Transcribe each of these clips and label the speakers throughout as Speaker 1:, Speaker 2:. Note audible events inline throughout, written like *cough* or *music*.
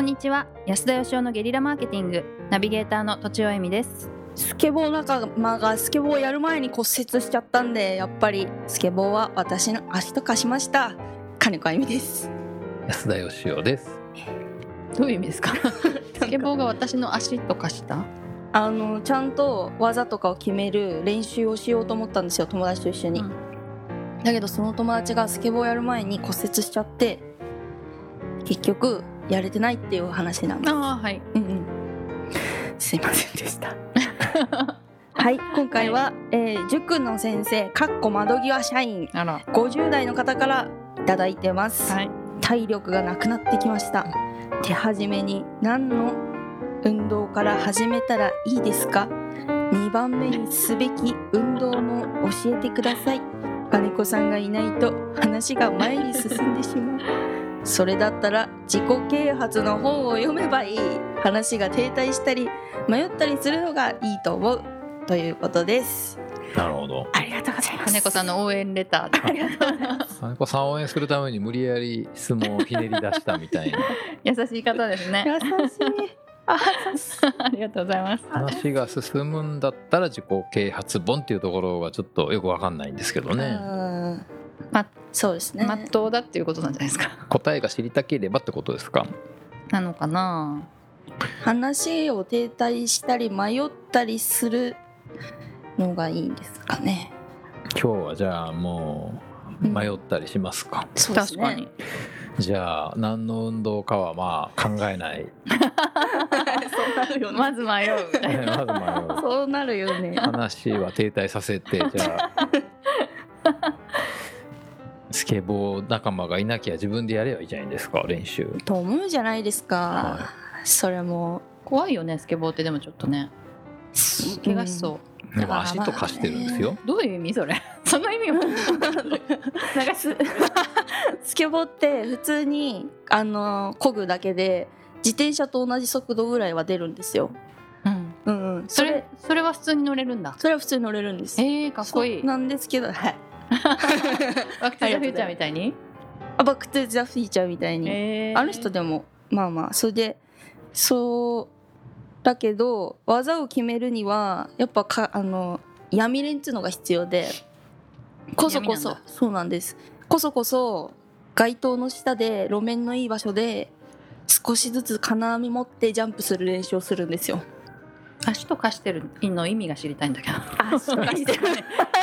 Speaker 1: んにちは安田義生のゲリラマーケティングナビゲーターの土地尾恵美です
Speaker 2: スケボー仲間がスケボーやる前に骨折しちゃったんでやっぱりスケボーは私の足と化しました金子あゆみです
Speaker 3: 安田義雄です。
Speaker 1: どういう意味です *laughs* かスケボーが私の足とかした
Speaker 2: あのちゃんと技とかを決める練習をしようと思ったんですよ友達と一緒に、
Speaker 1: うん
Speaker 2: だけどその友達がスケボーやる前に骨折しちゃって結局やれてないっていう話なんです
Speaker 1: あはい
Speaker 2: うんうんすいませんで *laughs* したはい今回は、えー塾の先生かっこ窓際社員
Speaker 1: あら
Speaker 2: 50代の方からいただいてます、
Speaker 1: はい
Speaker 2: 体力がなくなってきました手始めに何の運動から始めたらいいですか2番目にすべき運動も教えてください金子さんがいないと話が前に進んでしまう *laughs* それだったら自己啓発の本を読めばいい話が停滞したり迷ったりするのがいいと思うということです
Speaker 3: なるほど。
Speaker 2: ありがとうございま
Speaker 1: 金子さんの応援レター
Speaker 2: ありがとうございます
Speaker 3: 金子さんを応援するために無理やり質問をひねり出した
Speaker 1: *laughs*
Speaker 3: みたいな
Speaker 1: 優しい方ですね
Speaker 2: 優しい。あ、
Speaker 1: *laughs* ありがとうございます
Speaker 3: 話が進むんだったら自己啓発本っていうところがちょっとよくわかんないんですけどね
Speaker 2: ね。
Speaker 1: ま
Speaker 2: そうですね。
Speaker 1: 真っ当だっていうことなんじゃないですか
Speaker 3: 答えが知りたければってことですか
Speaker 1: なのかな
Speaker 2: 話を停滞したり迷ったりするのがいいんですかね。
Speaker 3: 今日はじゃあもう迷ったりしますか、
Speaker 2: そうです
Speaker 1: 確か
Speaker 2: ね。
Speaker 1: に
Speaker 3: じゃあ何の運動かはまあ考えない
Speaker 2: *laughs* そうなるよ
Speaker 1: まず迷うみた *laughs* いな
Speaker 3: *laughs* まず迷う
Speaker 2: そうなるよね。
Speaker 3: 話は停滞させ
Speaker 1: *laughs*
Speaker 3: てじゃあスケボー仲間がいなきゃ自分でやればいいじゃないですか練習
Speaker 2: と思うじゃないですか。
Speaker 3: は
Speaker 2: それも。
Speaker 1: 怖いよねスケボーってでもちょっとね怪我しそう、
Speaker 3: でも足とかしてるんですよ。
Speaker 1: どういう意味それ *laughs* その意味も
Speaker 2: なんかすスケボーって普通にあの漕ぐだけで自転車と同じ速度ぐらいは出るんですよ。
Speaker 1: うん
Speaker 2: うんうん。
Speaker 1: それそれは普通に乗れるんだ
Speaker 2: それは普通に乗れるんです。
Speaker 1: えー、かっこいい
Speaker 2: そうなんですけど、はい。
Speaker 1: バック・トゥ・ザ・フューチャーみたいに、
Speaker 2: あバック・トゥ・ザ・フィーチャーみたいに、
Speaker 1: えー
Speaker 2: あの人でもまあまあそれでそうだけど技を決めるにはやっぱかあの闇練っていうのが必要でこそこ
Speaker 1: 闇
Speaker 2: そ
Speaker 1: なん
Speaker 2: そうなんですこそこそ街灯の下で路面のいい場所で少しずつ金網持ってジャンプする練習をするんですよ。
Speaker 1: 足とかしてるの意味が知りたいんだけど
Speaker 2: あ、そう
Speaker 1: かしてる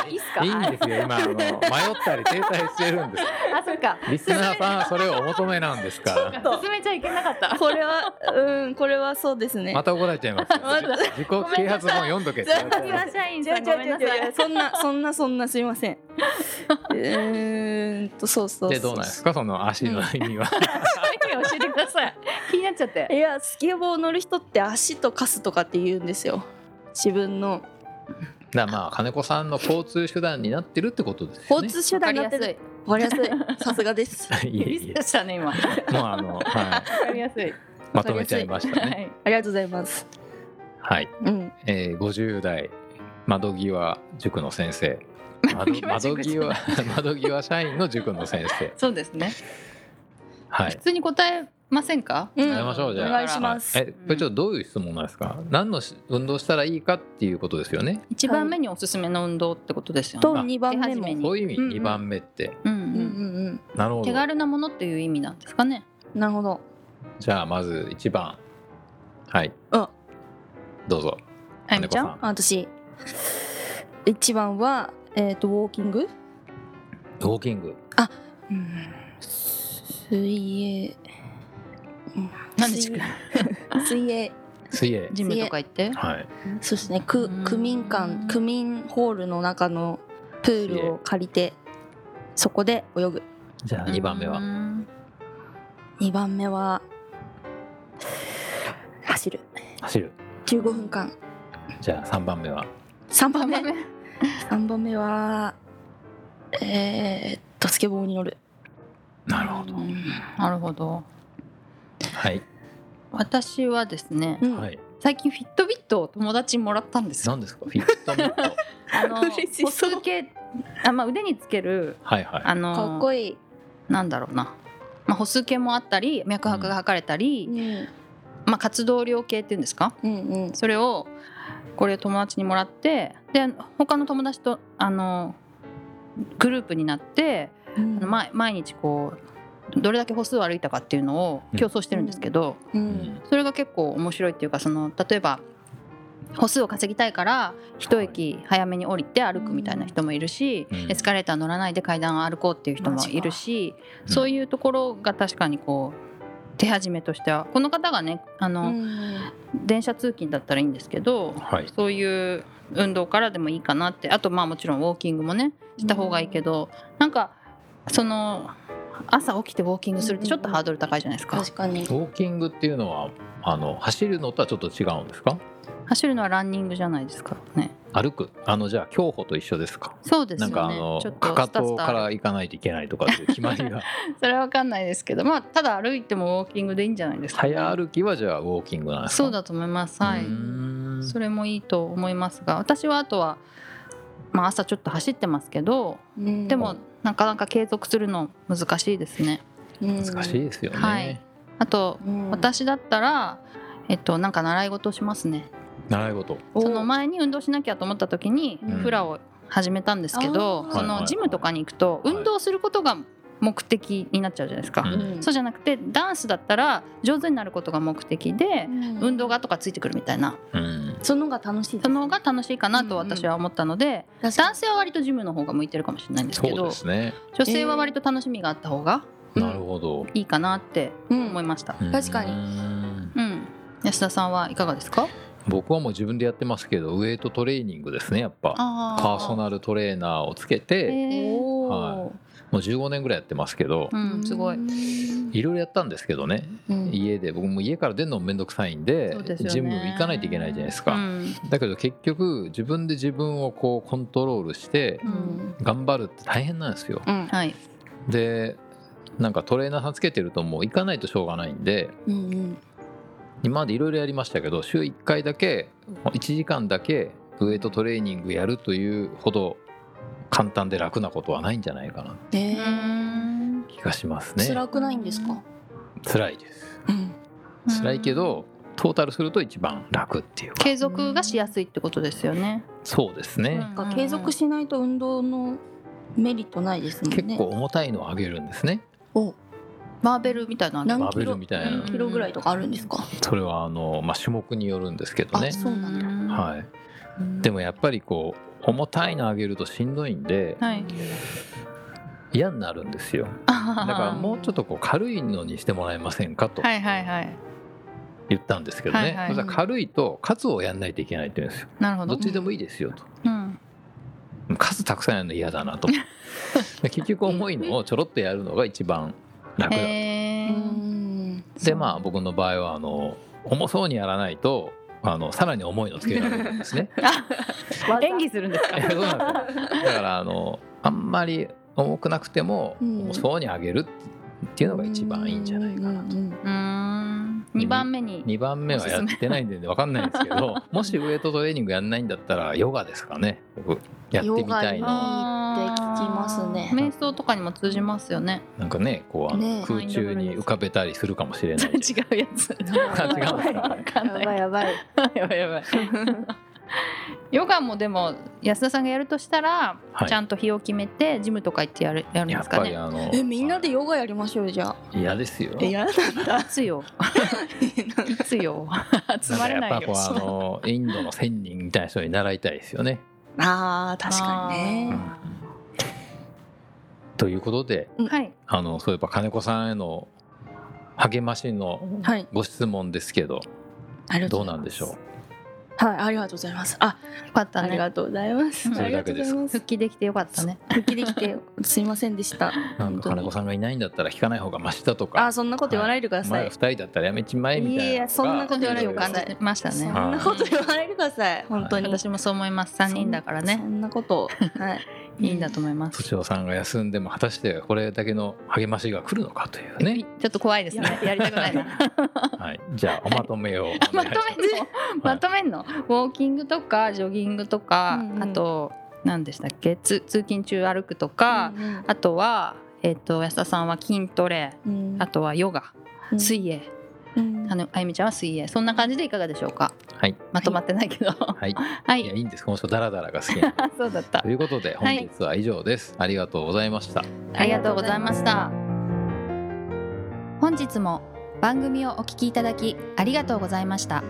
Speaker 2: いいっす
Speaker 3: いいんですよ今あの迷ったり停滞してるんです
Speaker 1: あそっか
Speaker 3: リスナーさんはそれをお求めなんですから
Speaker 2: そう
Speaker 1: 進めちゃいけなかった
Speaker 2: これは、うん、これはそうですね。
Speaker 3: また怒られちゃいますよ
Speaker 2: また
Speaker 3: 自己啓発本読んどけって言われちゃう
Speaker 1: 社員
Speaker 2: じゃ
Speaker 1: さ
Speaker 2: あ
Speaker 1: ん
Speaker 2: じ
Speaker 1: ご
Speaker 2: ゃあ
Speaker 1: めん
Speaker 2: じゃ
Speaker 1: な
Speaker 2: あじ
Speaker 1: さ
Speaker 2: ゃあ
Speaker 1: い
Speaker 2: そんなそんなそんなすいま
Speaker 1: *laughs*
Speaker 2: せん。うーんとそうそうそう。
Speaker 3: でどうなんですかその足の意味は、
Speaker 1: 意味教えてください気になっちゃって
Speaker 2: いやスケボー乗る人って足とカスとかって言うんですよ。自分の
Speaker 3: だからまあ金子さんの交通手段になってるってことですよね
Speaker 2: 交通手
Speaker 1: わか
Speaker 2: 段
Speaker 1: り
Speaker 2: に
Speaker 1: や
Speaker 2: なって
Speaker 1: す
Speaker 2: る
Speaker 1: い。
Speaker 2: わかりやすい。 *laughs* さすがです。あ
Speaker 3: いえい
Speaker 1: でしたね今わか
Speaker 3: えもうあの、は
Speaker 1: りやすい
Speaker 3: い、まとめちゃいましたね
Speaker 1: い
Speaker 2: りがとうございます。
Speaker 3: はい、
Speaker 2: うん。
Speaker 3: えー、50代窓際塾の先生窓窓際 *laughs* 窓際社員の塾の先生
Speaker 1: そうですね
Speaker 3: は
Speaker 1: 普
Speaker 3: い
Speaker 1: 通に答えませんか
Speaker 2: うん
Speaker 3: やりましょうじゃあ
Speaker 2: お願いします
Speaker 3: はいえこれちょっとどういう質問なんですか、何のし運動したらいいかっていうことですよね
Speaker 1: 一番目におすすめの運動ってことですよね
Speaker 2: と二番目
Speaker 1: 手始
Speaker 2: も。
Speaker 1: めに
Speaker 3: そういう意味、
Speaker 1: うんうん
Speaker 3: 2番目って
Speaker 1: うん
Speaker 2: うんうん
Speaker 3: なるほ
Speaker 1: 手
Speaker 3: ど
Speaker 1: 軽なものっていう意味なんですかね
Speaker 2: うん。なるほど。
Speaker 3: じゃあまず1番はい
Speaker 2: うん
Speaker 3: どうぞ
Speaker 1: あゆみちゃん
Speaker 3: 金
Speaker 2: あ私一番はえっ、とウォーキング。
Speaker 3: 子さんウォーキング
Speaker 2: うん。水泳。うん
Speaker 1: 何でしたっけ
Speaker 2: 水泳。
Speaker 3: 水泳
Speaker 1: ジムとか行って
Speaker 3: はい
Speaker 2: そうですね。く
Speaker 1: うん
Speaker 2: 区民館区民ホールの中のプールを借りてそこで泳ぐ。
Speaker 3: じゃあ2番目は
Speaker 1: うん
Speaker 2: 2番目は走る
Speaker 3: 走る
Speaker 2: 15分間
Speaker 3: じゃあ3番目は
Speaker 2: 3
Speaker 1: ダ
Speaker 2: 番
Speaker 1: メ
Speaker 2: 目3番目はえー、っとスケボーに乗る
Speaker 3: なるほど
Speaker 1: うんなるほど
Speaker 3: はい、
Speaker 1: 私はですね
Speaker 2: うん
Speaker 3: はい
Speaker 1: 最近フィットビットを友達にもらったんですよ
Speaker 3: 何ですかフィットミット
Speaker 1: あの
Speaker 2: 嬉し
Speaker 1: 歩
Speaker 2: そう
Speaker 1: 数計あまあ腕につける
Speaker 3: はいはい
Speaker 1: あの
Speaker 2: かっこいい
Speaker 1: なんだろうなまあ、歩数計もあったり脈拍が測れたり、
Speaker 2: うん
Speaker 1: まあ、活動量計っていうんですか
Speaker 2: うんうん
Speaker 1: それをこれ友達にもらってで他の友達とあのグループになって、
Speaker 2: うん
Speaker 1: ま毎日こうどれだけ歩数を歩いたかっていうのを競争してるんですけど、
Speaker 2: う
Speaker 3: うんん
Speaker 1: それが結構面白いっていうかその例えば歩数を稼ぎたいから一駅早めに降りて歩くみたいな人もいるし、
Speaker 3: うん
Speaker 1: エスカレーター乗らないで階段を歩こうっていう人もいるし、
Speaker 3: ジか
Speaker 1: そういうところが確かにこう手始めとしてはこの方がねあ
Speaker 2: う
Speaker 1: の、
Speaker 2: ん
Speaker 1: 電車通勤だったらいいんですけど
Speaker 3: はい
Speaker 1: そういう運動からでもいいかなってあとまあもちろんウォーキングもねした方がいいけど、なんかその朝起きてウォーキングするってちょっとハードル高いじゃないですか、
Speaker 2: 確かに
Speaker 3: ウォーキングっていうのはあの走るのとはちょっと違うんですか
Speaker 1: 走るのはランニングじゃないですかね
Speaker 3: 歩くあのじゃあ競歩と一緒ですか
Speaker 1: そうです
Speaker 3: な
Speaker 1: よ
Speaker 3: ん
Speaker 1: ね
Speaker 3: かあの
Speaker 1: ちょっ
Speaker 3: か
Speaker 1: と
Speaker 3: か
Speaker 1: スタ
Speaker 3: と
Speaker 1: スタ
Speaker 3: から行かないといけないとかっていう決まりが
Speaker 1: それは分かんないですけどまあただ歩いてもウォーキングでいいんじゃないですか、
Speaker 3: *laughs* 早歩きはじゃあウォーキングなんですか
Speaker 1: そうだと思いますはいう
Speaker 3: ーん
Speaker 1: それもいいと思いますが私はあとは、まあ、朝ちょっと走ってますけどで
Speaker 2: で
Speaker 1: もなかなか継続するの難しいですね
Speaker 3: 難しいですよね、
Speaker 1: はいあと私だったら、えっと、なんか習い事をしますね
Speaker 3: 習い事
Speaker 1: その前に運動しなきゃと思った時に
Speaker 2: うん
Speaker 1: フラを始めたんですけ
Speaker 2: あ
Speaker 1: ど、
Speaker 2: ー
Speaker 1: そ
Speaker 3: はいはいは
Speaker 1: の
Speaker 3: い
Speaker 1: ジムとかに行くと運動することが目的になっちゃうじゃないですか、
Speaker 3: うん
Speaker 1: そうじゃなくてダンスだったら上手になることが目的で、運動が
Speaker 2: と
Speaker 1: とかついてくるみたいな
Speaker 3: うん
Speaker 2: その方が楽しいです
Speaker 1: その方が楽しいかなと私は思ったので、
Speaker 2: 確か
Speaker 1: 男性は割とジムの方が向いてるかもしれないんです
Speaker 3: そ
Speaker 1: け
Speaker 3: う
Speaker 1: ど、
Speaker 3: ですね
Speaker 1: 女性は割と楽しみがあった方が
Speaker 2: うん
Speaker 3: なるほど、
Speaker 1: いいかなって
Speaker 2: に
Speaker 1: 思いました。
Speaker 3: うん
Speaker 2: 確かに
Speaker 1: うん、安田さんはいかがですか？
Speaker 3: 僕はもう自分でやってますけどウエイトトレーニングですねやっぱ
Speaker 1: あ
Speaker 3: パーソ
Speaker 1: ル。
Speaker 3: ナルトレーナーをつけて
Speaker 2: お
Speaker 3: はもう15年ぐらいやってますけど
Speaker 1: うん、すごい。
Speaker 3: いろいろやったんですけどね家で僕も家から出るのも面倒くさいんで
Speaker 1: そうですよね
Speaker 3: ジム行かないといけないじゃないです
Speaker 1: う
Speaker 3: か、
Speaker 1: ん、
Speaker 3: だけど結局自分で自分をこうコントロールして
Speaker 1: うん
Speaker 3: 頑張るって大変なんですよ
Speaker 1: はい。
Speaker 3: でなんかトレーナーさんつけてるともう行かないとしょうがないんで今までいろいろやりましたけど週1回だけ1時間だけウエイトトレーニングやるというほど簡単で楽なことはないんじゃないかな
Speaker 1: う
Speaker 2: え
Speaker 1: ん、
Speaker 3: 気がしますね
Speaker 2: 辛くないんですか
Speaker 3: 辛いです辛いけどトータルすると一番楽っていうか
Speaker 1: 継続がしやすいってことですよね。
Speaker 3: そうですね、
Speaker 1: うん
Speaker 2: 継続しないと運動のメリットないですもんね
Speaker 3: 結構重たいのを上げるんですね
Speaker 2: お
Speaker 1: バーベルみたいなのある
Speaker 2: 何
Speaker 3: バー
Speaker 2: キ
Speaker 3: ベ
Speaker 2: ロ
Speaker 3: ルみたいな
Speaker 2: キロぐらいとかあるんですか
Speaker 3: それはあの、まあ、種目によるんですけどね
Speaker 2: あ、そうなんだ
Speaker 1: ん
Speaker 3: はい、でもやっぱりこう重たいの上げるとしんどいんで
Speaker 1: はい。
Speaker 3: 嫌になるんですよ
Speaker 1: だ
Speaker 3: だから
Speaker 1: か
Speaker 3: もうちょっとこう軽いのにしてもらえませんか
Speaker 1: *laughs*
Speaker 3: と
Speaker 1: はいはいはい。
Speaker 3: 言ったんですけどね、
Speaker 1: はいはい
Speaker 3: そしたら軽いと数をやんないといけないって言うんですよ
Speaker 1: なるほ
Speaker 3: ど
Speaker 1: ど
Speaker 3: っ。ちでもいいですよと
Speaker 1: うん。
Speaker 3: 数たくさんやるの嫌だなと
Speaker 1: *laughs*
Speaker 3: で結局重いのをちょろっとやるのが一番楽だと
Speaker 1: へ
Speaker 2: う
Speaker 1: ー
Speaker 2: ん
Speaker 3: でまあ僕の場合はあの重そうにやらないとあのさらに重いのつけられるんで
Speaker 1: *laughs*
Speaker 3: すね
Speaker 1: 演技するんですか？
Speaker 3: えそうなんですよだからあのあんまり重くなくても
Speaker 2: うん
Speaker 3: 重そうに上げるっていうのが一番いいんじゃないかなと。
Speaker 1: うーん。二番目に。
Speaker 3: 2番目はやってないんで分かんないんですけど *laughs* もしウエイトトレーニングやんないんだったらヨガですかね僕やってみたい
Speaker 2: ヨガ
Speaker 3: の
Speaker 2: いいって聞きますね
Speaker 1: あー瞑想とかにも通じますよね。
Speaker 3: なんかねこうあ
Speaker 2: ね
Speaker 3: の空中に浮かべたりするかもしれないし
Speaker 1: うやつ。
Speaker 3: あ違うんですか
Speaker 1: わかん
Speaker 2: や
Speaker 1: な
Speaker 2: ばい
Speaker 1: い。
Speaker 2: やばい
Speaker 1: やばいやばい。ヨガもでも安田さんがやるとしたら、
Speaker 3: はい
Speaker 1: ちゃんと日を決めてジムとか行ってやるやるん
Speaker 3: や
Speaker 1: で
Speaker 3: っ
Speaker 1: すか
Speaker 3: ぱり
Speaker 1: ね。
Speaker 3: あの
Speaker 2: えみんなでヨガやりましょうよじゃあ
Speaker 3: 嫌ですよ
Speaker 2: えやだ
Speaker 1: いつよ。いつよ。集まれない
Speaker 3: んか
Speaker 1: よ。
Speaker 3: やっぱこうあのインドの仙人みたいな人に習いたいですよね。
Speaker 2: *laughs* あー確かにね
Speaker 1: あ
Speaker 3: ということで
Speaker 1: ーはい。
Speaker 3: あのそういえば金子さんへの励ましの
Speaker 2: はい
Speaker 3: ご質問ですけど
Speaker 2: ありがと
Speaker 3: ど
Speaker 2: ご
Speaker 3: う
Speaker 2: ざ
Speaker 3: ないん
Speaker 2: ま
Speaker 3: ですしょ
Speaker 2: はいありがとうございますあ
Speaker 1: よかった
Speaker 2: あり
Speaker 1: ね。
Speaker 2: がとうございます
Speaker 1: うん
Speaker 2: ありがとうござい *laughs* ます
Speaker 1: 復帰できてよかったね。
Speaker 2: 復帰できてすいませんでした
Speaker 3: うなんか金子さんがいないんだったら聞かない方がマシだと
Speaker 2: あ
Speaker 3: か
Speaker 2: そんなこと言わないでください
Speaker 3: 前2人だったらやめちまえみたいなのが
Speaker 2: いやそんなこと言わない
Speaker 1: よ
Speaker 2: でくだ
Speaker 1: 感
Speaker 2: さ
Speaker 1: じ
Speaker 2: い
Speaker 1: てました
Speaker 2: そ
Speaker 1: ね。
Speaker 2: んなこと言わないでください本当に
Speaker 1: 私もそう思います。三人だから
Speaker 2: そ
Speaker 1: ね。
Speaker 2: んなことはい
Speaker 1: *laughs* いいんだと思います。
Speaker 3: 土尾さんが休んでも果たしてこれだけの励ましが来るのかというね、
Speaker 1: ちょっと怖いですね。やりたくないな。
Speaker 3: はい、じゃあおまとめをお願いし
Speaker 2: *laughs*
Speaker 3: ま
Speaker 1: *laughs* ま
Speaker 3: す
Speaker 1: とめるの、まとめんの。ウォーキングとかジョギングとか、
Speaker 2: うんうん
Speaker 1: あと何でしたっけ？つ通勤中歩くとか、
Speaker 2: うんうん
Speaker 1: あとは
Speaker 2: えっと安田さんは筋トレ
Speaker 4: うん
Speaker 2: あとはヨガ
Speaker 4: うん
Speaker 2: 水泳
Speaker 4: うん
Speaker 2: あのあゆみちゃんは水泳そんな感じでいかがでしょうか
Speaker 3: はい、
Speaker 2: まとまってないけど
Speaker 1: *laughs*
Speaker 2: は
Speaker 3: はい、いや
Speaker 2: い
Speaker 3: いいんですこの人ダラダラが好きな
Speaker 2: あそうだった
Speaker 3: ということで本日は以上です、ありがとうございました
Speaker 2: ありがとうございました
Speaker 1: 本日も番組をお聞きいただきありがとうございました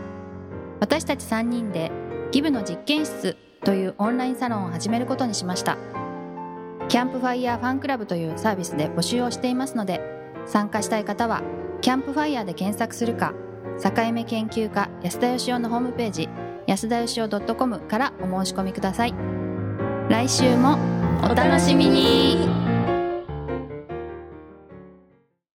Speaker 1: 私たち3人でギブの実験室というオンラインサロンを始めることにしましたキャンプファイヤーファンクラブというサービスで募集をしていますので参加したい方はキャンプファイヤーで検索するか境目研究家安田義雄のホームページ安田義雄 .com からお申し込みください来週もお楽しみに